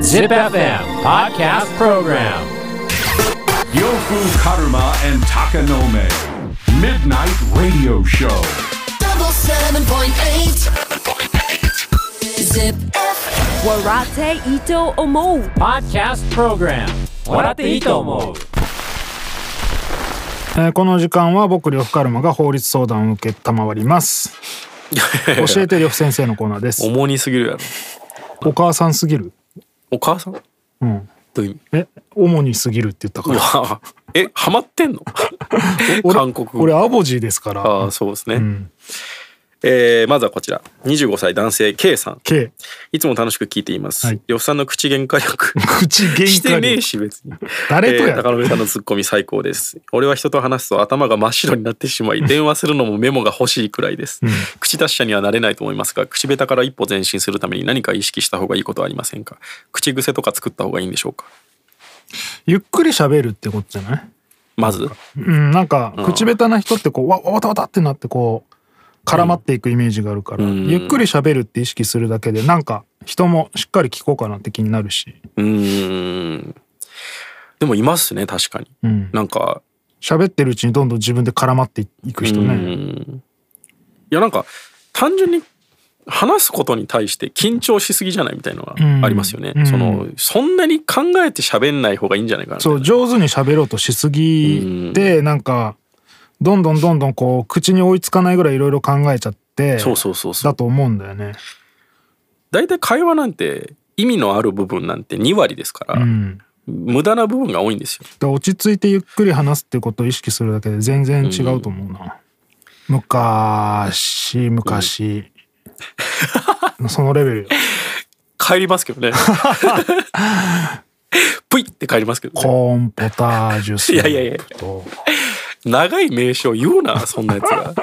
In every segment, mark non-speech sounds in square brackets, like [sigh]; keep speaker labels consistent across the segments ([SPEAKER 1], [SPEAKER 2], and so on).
[SPEAKER 1] Zip FM Podcast Program
[SPEAKER 2] Yofu Karuma and Takanome. Midnight Radio Show.
[SPEAKER 3] double seven point eight. Zip.
[SPEAKER 4] Warate Ito Omo.
[SPEAKER 1] Podcast Program 笑っていいと思う
[SPEAKER 5] えーこの時間は僕呂布カルマが法律相談を受けたまわります教えて呂布先生のコーナーです
[SPEAKER 6] 重にすぎるやろ
[SPEAKER 5] お母さんすぎる
[SPEAKER 6] お母さんど
[SPEAKER 5] うん
[SPEAKER 6] ういう意味
[SPEAKER 5] え主にすぎるって言ったか
[SPEAKER 6] う
[SPEAKER 5] ら
[SPEAKER 6] わえハマってんの
[SPEAKER 5] 俺
[SPEAKER 6] 韓国語
[SPEAKER 5] 俺アボジーですから
[SPEAKER 6] ああそうですね、
[SPEAKER 5] ん
[SPEAKER 6] えーまずはこちら25歳男性 K さん
[SPEAKER 5] K
[SPEAKER 6] いつも楽しく聞いています、
[SPEAKER 5] は
[SPEAKER 6] 呂
[SPEAKER 5] い
[SPEAKER 6] 布さんの口喧嘩力
[SPEAKER 5] [laughs] 口
[SPEAKER 6] し
[SPEAKER 5] 喧
[SPEAKER 6] て
[SPEAKER 5] 嘩
[SPEAKER 6] ねえ
[SPEAKER 5] に
[SPEAKER 6] し別に
[SPEAKER 5] 誰とや
[SPEAKER 6] えー高野さんのツッコミ最高です俺は人と話すと頭が真っ白になってしまい電話するのもメモが欲しいくらいです、口達者にはなれないと思いますが口下手から一歩前進するために何か意識した方がいいことはありませんか口癖とか作った方がいいんでしょうか
[SPEAKER 5] ゆっくり喋るってことじゃない
[SPEAKER 6] まず
[SPEAKER 5] うんなんか口下手な人ってこうわわたわたってなってこう絡まっていくイメージがあるから、
[SPEAKER 6] うん
[SPEAKER 5] ゆっくり喋るって意識するだけでなんか人もしっかり聞こうかなって気になるし
[SPEAKER 6] うーんでもいますね確かに、
[SPEAKER 5] ん
[SPEAKER 6] なんか
[SPEAKER 5] 喋ってるうちにどんどん自分で絡まっていく人ね、
[SPEAKER 6] うんいやなんか単純に話すことに対して緊張しすぎじゃないみたいなのがありますよね、
[SPEAKER 5] うん
[SPEAKER 6] そのそんなに考えて喋んない方がいいんじゃないかなみたい
[SPEAKER 5] そ
[SPEAKER 6] な
[SPEAKER 5] う上手に喋ろうとしすぎてなんかどんどんどんどんこう口に追いつかないぐらいいろいろ考えちゃって
[SPEAKER 6] そうそうそうそう
[SPEAKER 5] だと思うんだよね。
[SPEAKER 6] 大体会話なんて意味のある部分なんて2割ですから、
[SPEAKER 5] うん、
[SPEAKER 6] 無駄な部分が多いんですよ
[SPEAKER 5] で落ち着いてゆっくり話すってことを意識するだけで全然違うと思うな。昔昔、そのレベルよ
[SPEAKER 6] 帰りますけど
[SPEAKER 5] [laughs]
[SPEAKER 6] ね [laughs] ぷいって帰りますけどね
[SPEAKER 5] コーンポタージュス
[SPEAKER 6] いやいやいや
[SPEAKER 5] ープと
[SPEAKER 6] 長い名称言
[SPEAKER 5] [laughs]
[SPEAKER 6] うなそんなやつが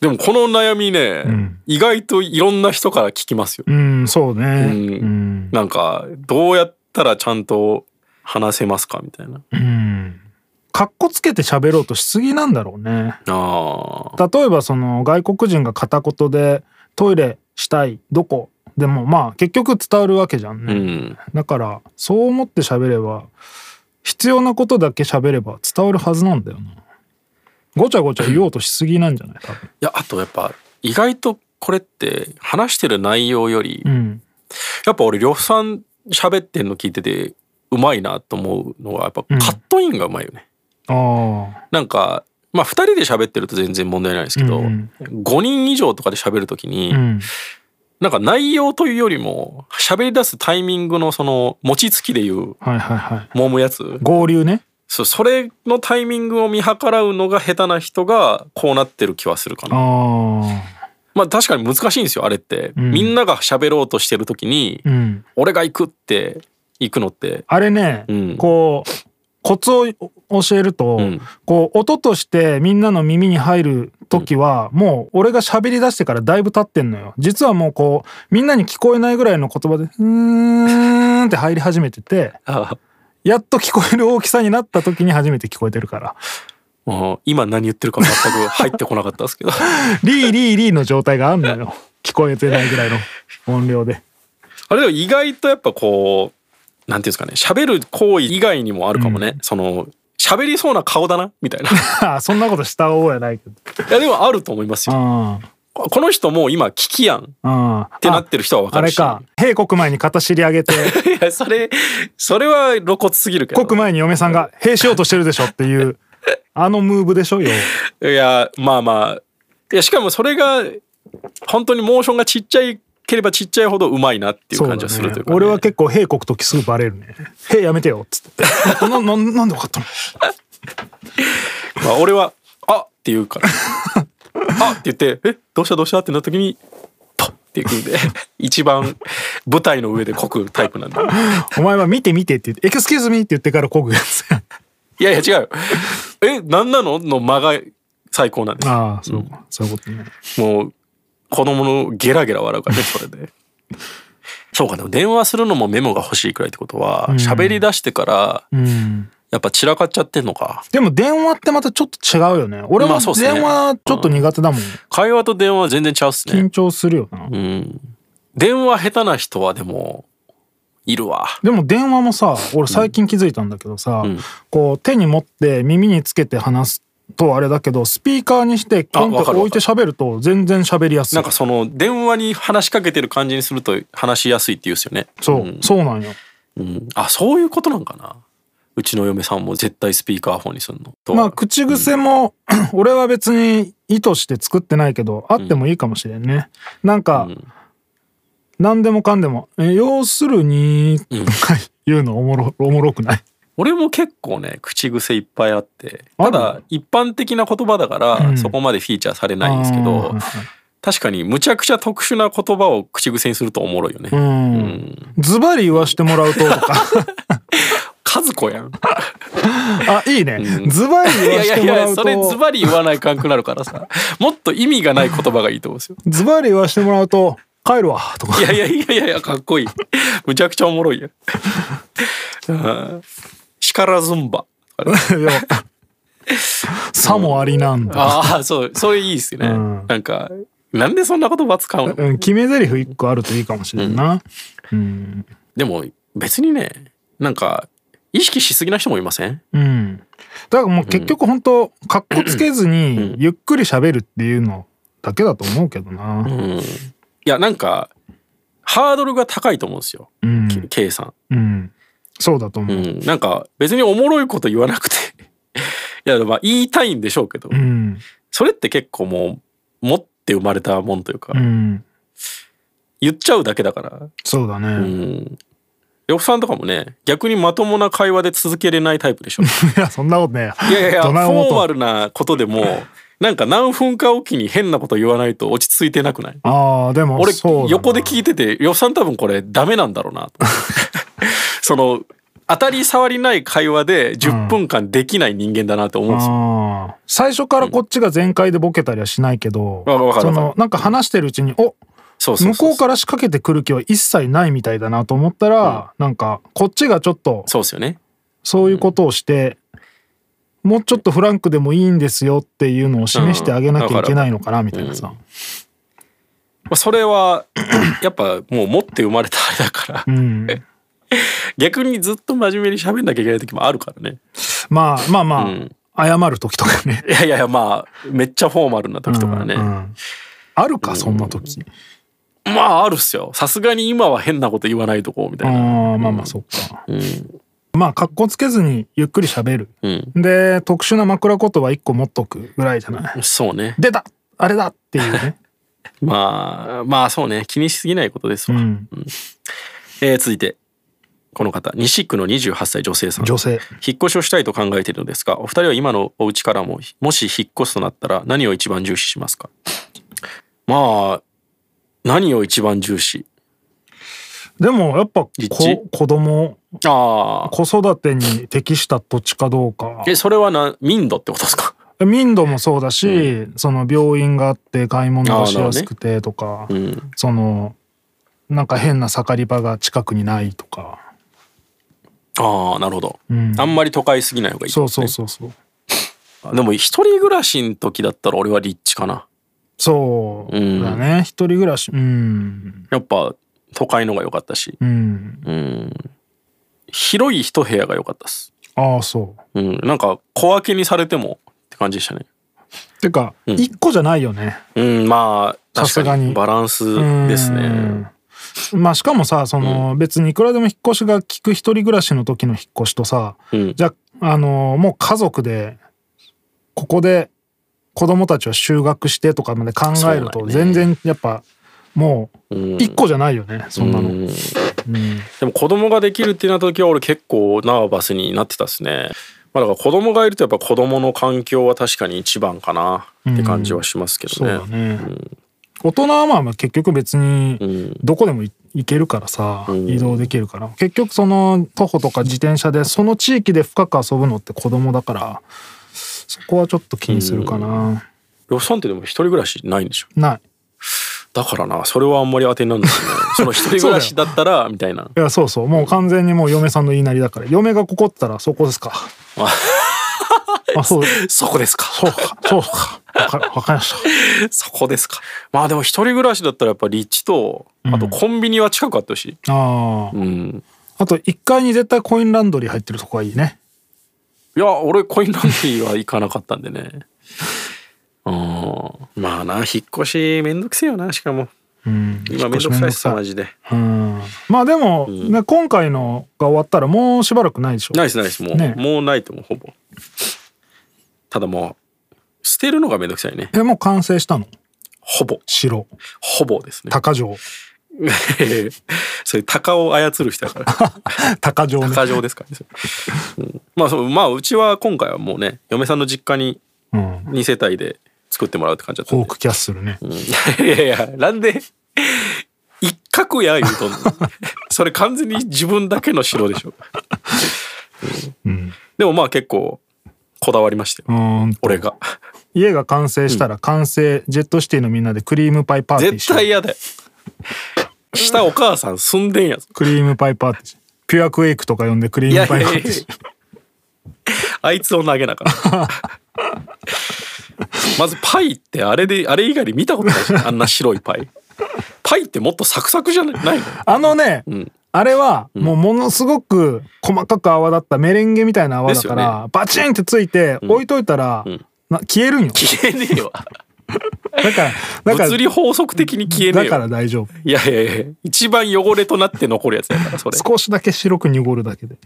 [SPEAKER 6] でもこの悩みね、
[SPEAKER 5] ん
[SPEAKER 6] 意外といろんな人から聞きますよ、
[SPEAKER 5] うんそうね、
[SPEAKER 6] うん
[SPEAKER 5] うん
[SPEAKER 6] なんかどうやったらちゃんと話せますかみたいな
[SPEAKER 5] うん、かっこつけて喋ろうとしすぎなんだろうね。
[SPEAKER 6] あ
[SPEAKER 5] 例えばその外国人が片言でトイレしたいどこでもまあ結局伝わるわけじゃん
[SPEAKER 6] ーう
[SPEAKER 5] ね、
[SPEAKER 6] ん
[SPEAKER 5] だからそう思って喋れば必要なことだけ喋れば伝わるはずなんだよなごちゃごちゃ言おうとしすぎなんじゃない多分
[SPEAKER 6] いやあとやっぱ意外とこれって話してる内容より、
[SPEAKER 5] うん
[SPEAKER 6] やっぱ俺呂布さん喋ってんの聞いててうまいなと思うのはやっぱカ
[SPEAKER 5] うん
[SPEAKER 6] ットインがうまいよね、
[SPEAKER 5] あ
[SPEAKER 6] なんかまあ2人で喋ってると全然問題ないですけど、
[SPEAKER 5] うん
[SPEAKER 6] 5人以上とかで喋る時に、
[SPEAKER 5] あうん
[SPEAKER 6] なんか内容というよりも喋り出すタイミングのその餅つきでい
[SPEAKER 5] はい
[SPEAKER 6] う
[SPEAKER 5] はいはい
[SPEAKER 6] 揉むやつ
[SPEAKER 5] 合流ね
[SPEAKER 6] そうそれのタイミングを見計らうのが下手な人がこうなってる気はするかな
[SPEAKER 5] あ
[SPEAKER 6] まあ確かに難しいんですよあれって、
[SPEAKER 5] ん
[SPEAKER 6] みんなが喋ろうとしてる時に、
[SPEAKER 5] あうん
[SPEAKER 6] 俺が行くって行くのって
[SPEAKER 5] あれね、
[SPEAKER 6] うん
[SPEAKER 5] こうコツを教えると、
[SPEAKER 6] うん
[SPEAKER 5] こう音としてみんなの耳に入る時は、もう俺が喋り出してからだいぶ経ってんのよ実はもうこうみんなに聞こえないぐらいの言葉で「うーん」って入り始めてて
[SPEAKER 6] あ
[SPEAKER 5] やっと聞こえる大きさになった時に初めて聞こえてるから
[SPEAKER 6] もう今何言ってるか全く入ってこなかったですけどあ
[SPEAKER 5] 「リーリーリー」の状態があんのよ聞こえてないぐらいの音量で。 [laughs]
[SPEAKER 6] れでも意外とやっぱこうなんていうんですかね喋る行為以外にもあるかもね、その喋りそうな顔だなみた
[SPEAKER 5] [laughs]
[SPEAKER 6] いない
[SPEAKER 5] ああそんなことした覚えないけど。
[SPEAKER 6] やでもあると思いますよ
[SPEAKER 5] あ
[SPEAKER 6] この人もう今聞きやんっ
[SPEAKER 5] あああ
[SPEAKER 6] てなってる人は分
[SPEAKER 5] あ
[SPEAKER 6] かる
[SPEAKER 5] れ
[SPEAKER 6] し
[SPEAKER 5] か閉国前に片尻上げて
[SPEAKER 6] いやそれそれは露骨すぎるけど
[SPEAKER 5] 国前に嫁さんが「閉しようとしてるでしょ」っていうあのムーブでしょよ。
[SPEAKER 6] いやまあまあいやしかもそれが本当にモーションがちっちゃいければちっちゃいほどうまいなっていう感じがすると
[SPEAKER 5] そ
[SPEAKER 6] いうか、
[SPEAKER 5] うだね俺は結構「兵国ときすぐバレるね「兵やめてよ」っつ
[SPEAKER 6] [laughs]
[SPEAKER 5] って「なななんで分かったの?」
[SPEAKER 6] まあ、俺は「あっ!」って言うから「あっ!」って言って「えどうしたどうした?」ってなった時に「ポッ!」って言うんで [laughs] 一番舞台の上でこくタイプなんで
[SPEAKER 5] [laughs] お前は見て見てって言って「エクスキューズミー」って言ってからこぐや [laughs] つ
[SPEAKER 6] いやいや違うよ「えなんなの?」の間が最高なんで
[SPEAKER 5] ああそうか、そういうことね
[SPEAKER 6] すもう子供のゲラゲラ笑うからねそれで。そうかでも電話するのもメモが欲しいくらいってことは喋、り出してから
[SPEAKER 5] うん
[SPEAKER 6] やっぱ散らかっちゃってんのか
[SPEAKER 5] でも電話ってまたちょっと違うよね俺
[SPEAKER 6] ま
[SPEAKER 5] も
[SPEAKER 6] あそうっすね
[SPEAKER 5] 電話ちょっと苦手だもん、
[SPEAKER 6] 会話と電話は全然ちゃうっすね
[SPEAKER 5] 緊張するよな、
[SPEAKER 6] うん電話下手な人はでもいるわ
[SPEAKER 5] でも電話もさ俺最近気づいたんだけどさ、
[SPEAKER 6] ん
[SPEAKER 5] こう手に持って耳につけて話すとあれだけどスピーカーにしてコン
[SPEAKER 6] あわ
[SPEAKER 5] と
[SPEAKER 6] かる
[SPEAKER 5] 置いて喋ると全然喋りやすい
[SPEAKER 6] なんかその電話に話しかけてる感じにすると話しやすいって言うんですよね
[SPEAKER 5] そう、そうなんよ
[SPEAKER 6] うんあそういうことなんかなうちの嫁さんも絶対スピーカーフォンにするのと
[SPEAKER 5] まあ口癖も、 [clears throat] 俺は別に意図して作ってないけどあってもいいかもしれんね、なんか、何でもかんでも「え要するに」とか [laughs] 言うのおもろおもろくない
[SPEAKER 6] 俺も結構ね口癖いっぱいあって
[SPEAKER 5] ある
[SPEAKER 6] ただ一般的な言葉だから、そこまでフィーチャーされないんですけど確かにむちゃくちゃ特殊な言葉を口癖にするとおもろいよね、
[SPEAKER 5] うん、ズバリ言わしてもらうとと
[SPEAKER 6] [laughs]
[SPEAKER 5] か
[SPEAKER 6] 和
[SPEAKER 5] [laughs]
[SPEAKER 6] 子やん
[SPEAKER 5] あいいね、ズバリ
[SPEAKER 6] い
[SPEAKER 5] 言わ
[SPEAKER 6] やい
[SPEAKER 5] し
[SPEAKER 6] や
[SPEAKER 5] て
[SPEAKER 6] い
[SPEAKER 5] もらう
[SPEAKER 6] や
[SPEAKER 5] と
[SPEAKER 6] それズバリ言わないかんくなるからさもっと意味がない言葉がいいと思うんですよ
[SPEAKER 5] ズバリ言わしてもらうと「帰るわ」とか
[SPEAKER 6] いやいやいやいやいやかっこいいむちゃくちゃおもろいやんうん叱らずんばあれ
[SPEAKER 5] いやさもありなんだ、
[SPEAKER 6] ああそうそれいいっすね、
[SPEAKER 5] うん
[SPEAKER 6] なんかなんでそんな言葉使うの
[SPEAKER 5] うん、決め台詞一個あるといいかもしれんな、うん
[SPEAKER 6] でも別にねなんか意識しすぎな人もいません
[SPEAKER 5] うん。だからもう結局本当カッコつけずにゆっくり喋るっていうのだけだと思うけどな。
[SPEAKER 6] いやなんかハードルが高いと思うんですよ、
[SPEAKER 5] うん。
[SPEAKER 6] け K さ
[SPEAKER 5] うん。そうだと
[SPEAKER 6] ん、
[SPEAKER 5] 思
[SPEAKER 6] う
[SPEAKER 5] う。
[SPEAKER 6] ん、なんか別におもろいこと言わなくていやまあ言いたいんでしょうけど、
[SPEAKER 5] うん。
[SPEAKER 6] それって結構もう持って生まれたもんというか、
[SPEAKER 5] うん。
[SPEAKER 6] 言っちゃうだけだから
[SPEAKER 5] そうだ
[SPEAKER 6] う
[SPEAKER 5] ね。
[SPEAKER 6] ん呂布さんとかもね逆にまともな会話で続けれないタイプ
[SPEAKER 5] [laughs]
[SPEAKER 6] でしょ
[SPEAKER 5] いや、そんなことねえ
[SPEAKER 6] いやいやいやフ
[SPEAKER 5] どない思う
[SPEAKER 6] ォ
[SPEAKER 5] と
[SPEAKER 6] ーマルなことでもなんか何分かおきに変なこと言わないと落ち着いてなくない
[SPEAKER 5] ああ、でも、
[SPEAKER 6] 俺
[SPEAKER 5] そうだな
[SPEAKER 6] 横で聞いてて呂布さん多分これダメなんだろうな [laughs] とその当たり障りない会話で10分間できない人間だなと思うんですよ、
[SPEAKER 5] ああ最初からこっちが全開でボケたりはしないけど、
[SPEAKER 6] わかるわかる
[SPEAKER 5] そのなんか話してるうちにお
[SPEAKER 6] そうそう
[SPEAKER 5] 向
[SPEAKER 6] そう
[SPEAKER 5] こうから仕掛けてくる気は一切ないみたいだなと思ったら、なんかこっちがちょっと
[SPEAKER 6] そうですよね
[SPEAKER 5] そういうことをして、もうちょっとフランクでもいいんですよっていうのを示してあげなきゃいけないのかなみたいなさ。
[SPEAKER 6] まあそれは [clears throat] やっぱもう持って生まれたあれだから
[SPEAKER 5] うん、
[SPEAKER 6] [laughs] 逆にずっと真面目に喋んなきゃいけない時もあるからね
[SPEAKER 5] まあまあまあ、
[SPEAKER 6] うん
[SPEAKER 5] 謝る時とかね。
[SPEAKER 6] いやいやいやまあめっちゃフォーマルな時とかね、
[SPEAKER 5] うんうんあるかそんな時。
[SPEAKER 6] まああるっすよさすがに今は変なこと言わないとこみたいな
[SPEAKER 5] ああまあまあそっか。まあ格好つけずにゆっくり喋る。
[SPEAKER 6] うん
[SPEAKER 5] で特殊な枕言葉一個持っとくぐらいじゃない。
[SPEAKER 6] そうね
[SPEAKER 5] 出たあれだっていう [laughs] ね。
[SPEAKER 6] まあまあそうね気にしすぎないことです
[SPEAKER 5] う
[SPEAKER 6] わ、
[SPEAKER 5] ん、
[SPEAKER 6] えー続いてこの方西区の28歳女性さん
[SPEAKER 5] 女性。
[SPEAKER 6] 引っ越しをしたいと考えているのですがお二人は今のお家からももし引っ越すとなったら何を一番重視しますかまあ何を一番重視
[SPEAKER 5] でもやっぱこ
[SPEAKER 6] 立地
[SPEAKER 5] 子供
[SPEAKER 6] ああ
[SPEAKER 5] 子育てに適した土地かどうか。
[SPEAKER 6] えそれはな民度ってことですか
[SPEAKER 5] 民度もそうだし、その病院があって買い物がしやすくてとか、
[SPEAKER 6] うん
[SPEAKER 5] そのなんか変な盛り場が近くにないとか、
[SPEAKER 6] ああなるほど、
[SPEAKER 5] うん、
[SPEAKER 6] あんまり都会すぎない方がいいって
[SPEAKER 5] そ
[SPEAKER 6] こ
[SPEAKER 5] う
[SPEAKER 6] と
[SPEAKER 5] そう
[SPEAKER 6] ね、
[SPEAKER 5] そうそう
[SPEAKER 6] でも一人暮らしの時だったら俺は立地かな
[SPEAKER 5] そうだね、一人暮らしうん
[SPEAKER 6] やっぱ都会のが良かったし
[SPEAKER 5] うん
[SPEAKER 6] うん広い一部屋が良かったっす
[SPEAKER 5] ああそ
[SPEAKER 6] うんなんか小分けにされてもって感じでしたね
[SPEAKER 5] うてか
[SPEAKER 6] ん
[SPEAKER 5] 一、個じゃないよね
[SPEAKER 6] うんまあ
[SPEAKER 5] さす
[SPEAKER 6] 確
[SPEAKER 5] が
[SPEAKER 6] か
[SPEAKER 5] に
[SPEAKER 6] にバランスですね
[SPEAKER 5] うんまあしかもさその、別にいくらでも引っ越しが効く一人暮らしの時の引っ越しとさ、
[SPEAKER 6] うん
[SPEAKER 5] [laughs] じゃあ、あのもう家族でここで子供たちを就学してとかまで考える
[SPEAKER 6] そう
[SPEAKER 5] と
[SPEAKER 6] だね
[SPEAKER 5] 全然やっぱもう
[SPEAKER 6] うん
[SPEAKER 5] 一個じゃないよね、そんなの、
[SPEAKER 6] うんで
[SPEAKER 5] うん
[SPEAKER 6] も子供ができるってなった時は俺結構ナーバスになってたっすねまあだから子供がいるとやっぱ子供の環境は確かに一番かなって感じはしますけ
[SPEAKER 5] そ
[SPEAKER 6] ど
[SPEAKER 5] う
[SPEAKER 6] ね、
[SPEAKER 5] だね、大人はまあまあ結局別に
[SPEAKER 6] ん
[SPEAKER 5] どこでもい行けるからさ、
[SPEAKER 6] ん
[SPEAKER 5] 移動できるから結局その徒歩とか自転車でその地域で深く遊ぶのって子供だからそこはちょっと気にするかな、
[SPEAKER 6] 呂布さんってでも一人暮らしないんでしょ
[SPEAKER 5] ない
[SPEAKER 6] だからなそれはあんまり当てになら [laughs] ないねその一人暮らしだったらみたいない
[SPEAKER 5] やそう
[SPEAKER 6] [laughs]
[SPEAKER 5] そうもう完全にもう嫁さんの言いなりだから嫁がここって言ったらそこですかあ、そう、
[SPEAKER 6] そこですか。
[SPEAKER 5] そうか、そうか。わかわかりまし
[SPEAKER 6] [laughs] そこですか。まあでも一人暮らしだったらやっぱ立地と、あとコンビニは近くあってほしい。
[SPEAKER 5] た。ああ。
[SPEAKER 6] うん。
[SPEAKER 5] あと、1階に絶対コインランドリー入ってるとこがいいね。
[SPEAKER 6] いや、俺コインランドリーは行かなかったんで [laughs] ね。うん。まあな、引っ越しめんどくせえよな、しかも。
[SPEAKER 5] うん。
[SPEAKER 6] 今めんどくさいっす
[SPEAKER 5] 引っ
[SPEAKER 6] マ
[SPEAKER 5] 越し
[SPEAKER 6] ジで。
[SPEAKER 5] めんどくさいうん。まあでも、ね、今回のが終わったらもうしばらくないでしょ。
[SPEAKER 6] ないですないですもう、
[SPEAKER 5] ね
[SPEAKER 6] もうないと思うほぼただもう捨てるのがめんどくさいね
[SPEAKER 5] え、もう完成したの
[SPEAKER 6] ほぼ
[SPEAKER 5] 城。
[SPEAKER 6] ほぼですね
[SPEAKER 5] 高城。
[SPEAKER 6] [laughs] それ鷹を操る人だ [laughs] から
[SPEAKER 5] 高城ね。
[SPEAKER 6] 鷹城ですからね、うんまあそうまあうちは今回はもうね嫁さんの実家に
[SPEAKER 5] うん。
[SPEAKER 6] 2世帯で作ってもらうって感じだった
[SPEAKER 5] フ
[SPEAKER 6] ん
[SPEAKER 5] ォ
[SPEAKER 6] で
[SPEAKER 5] ークキャッスルね。
[SPEAKER 6] うん [laughs] いやいやなんで一角や言うとんの [laughs] それ完全に自分だけの城でしょ、うんでもまあ結構こだわりましたよ
[SPEAKER 5] うん。
[SPEAKER 6] 俺が
[SPEAKER 5] 家が完成したら完成、ジェットシティのみんなでクリームパイパーティーし
[SPEAKER 6] 絶
[SPEAKER 5] よう
[SPEAKER 6] 対嫌だよ下お母さん住んでんやぞ
[SPEAKER 5] クリームパイパーティーしピュアクエイクとか呼んでクリ
[SPEAKER 6] い
[SPEAKER 5] ー
[SPEAKER 6] や
[SPEAKER 5] ム
[SPEAKER 6] いや
[SPEAKER 5] パ
[SPEAKER 6] い
[SPEAKER 5] イ
[SPEAKER 6] や
[SPEAKER 5] パーテ
[SPEAKER 6] いや [laughs]
[SPEAKER 5] ィーし
[SPEAKER 6] あいつを投げなかった [laughs] まずパイってあれであれ以外で見たことないしあんな白いパイパイってもっとサクサクじゃないの
[SPEAKER 5] あのね、
[SPEAKER 6] ん
[SPEAKER 5] あれはもうものすごく細かく泡だったメレンゲみたいな泡だか
[SPEAKER 6] です
[SPEAKER 5] ら、
[SPEAKER 6] よ
[SPEAKER 5] バチンってついて置いといたら、な消えるんよ
[SPEAKER 6] 消えねえわ
[SPEAKER 5] だからだから
[SPEAKER 6] 物理法則的に消えねえ
[SPEAKER 5] だか
[SPEAKER 6] よ
[SPEAKER 5] ら大丈夫
[SPEAKER 6] いやいやいや一番汚れとなって残るやつやからそれ
[SPEAKER 5] 少しだけ白く濁るだけで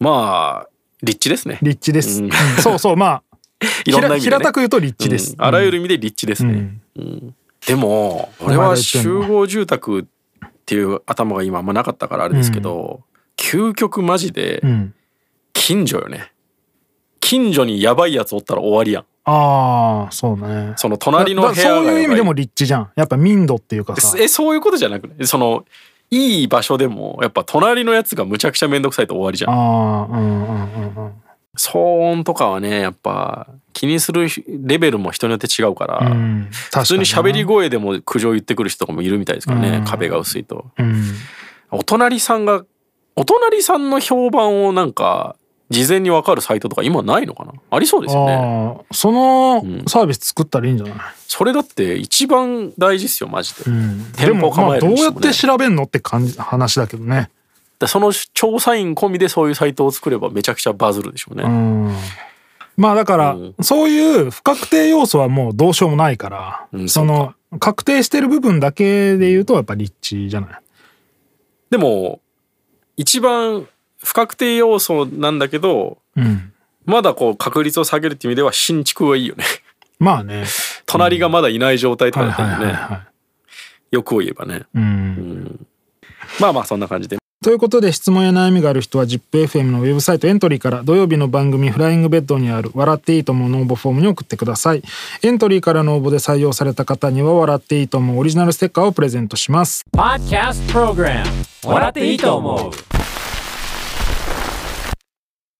[SPEAKER 6] まあ立地ですね
[SPEAKER 5] 立地です、
[SPEAKER 6] うん
[SPEAKER 5] うんそうそうまあ
[SPEAKER 6] [laughs] いろんな意味で、
[SPEAKER 5] 平
[SPEAKER 6] ね、
[SPEAKER 5] 平たく言うと立地です、
[SPEAKER 6] うんあらゆる意味で立地ですね、
[SPEAKER 5] うん
[SPEAKER 6] でも俺は集合住宅っていう頭が今あんまなかったからあれですけど、究極マジで
[SPEAKER 5] うん
[SPEAKER 6] 近所よね近所にやばいやつおったら終わりやん
[SPEAKER 5] ああそうね
[SPEAKER 6] その隣の
[SPEAKER 5] だだ
[SPEAKER 6] 部屋
[SPEAKER 5] そ
[SPEAKER 6] が
[SPEAKER 5] ういう意味でも
[SPEAKER 6] やば
[SPEAKER 5] 立地じゃんやっぱ民度っていうかさ
[SPEAKER 6] いえそういうことじゃなくねそのいい場所でもやっぱ隣のやつがむちゃくちゃめんどくさいと終わりじゃん
[SPEAKER 5] ああうんうんうんうん
[SPEAKER 6] 騒音とかはねやっぱ気にするレベルも人によって違うから、
[SPEAKER 5] うん、
[SPEAKER 6] 普
[SPEAKER 5] 普
[SPEAKER 6] 通に喋り声でも苦情言ってくる人とかもいるみたいですからね、壁が薄いと
[SPEAKER 5] うん、
[SPEAKER 6] お隣さんがお隣さんの評判をなんか事前に分かるサイトとか今ないのかなありそうですよね
[SPEAKER 5] ああそのサービス作ったらいいんじゃない、
[SPEAKER 6] それだって一番大事ですよマジで、
[SPEAKER 5] うん、
[SPEAKER 6] 店舗構える
[SPEAKER 5] でもまあど
[SPEAKER 6] に
[SPEAKER 5] う
[SPEAKER 6] して
[SPEAKER 5] やって調
[SPEAKER 6] もね
[SPEAKER 5] べんのって感じ話だけどね
[SPEAKER 6] でその調査員込みでそういうサイトを作ればめちゃくちゃバズるでしょうね、
[SPEAKER 5] うんまあだから、そういう不確定要素はもうどうしようもないから、
[SPEAKER 6] うん
[SPEAKER 5] その確定してる部分だけで言うとやっぱ立地じゃない
[SPEAKER 6] でも一番不確定要素なんだけど
[SPEAKER 5] うん
[SPEAKER 6] まだこう確率を下げるっていう意味では新築はいいよね
[SPEAKER 5] まあね
[SPEAKER 6] 隣がまだいない状態と
[SPEAKER 5] は
[SPEAKER 6] か
[SPEAKER 5] い
[SPEAKER 6] だった
[SPEAKER 5] はい
[SPEAKER 6] らね、
[SPEAKER 5] はいは
[SPEAKER 6] 欲を言えばね
[SPEAKER 5] い、うん、
[SPEAKER 6] まあまあそんな感じで
[SPEAKER 5] ということで質問や悩みがある人は ZIPFM のウェブサイトエントリーから土曜日の番組「フライングベッド」にある「笑っていいとも」の応募フォームに送ってくださいエントリーからの応募で採用された方には「笑っていいとも」オリジナルステッカーをプレゼントします
[SPEAKER 1] Podcast Program 笑っていいと思う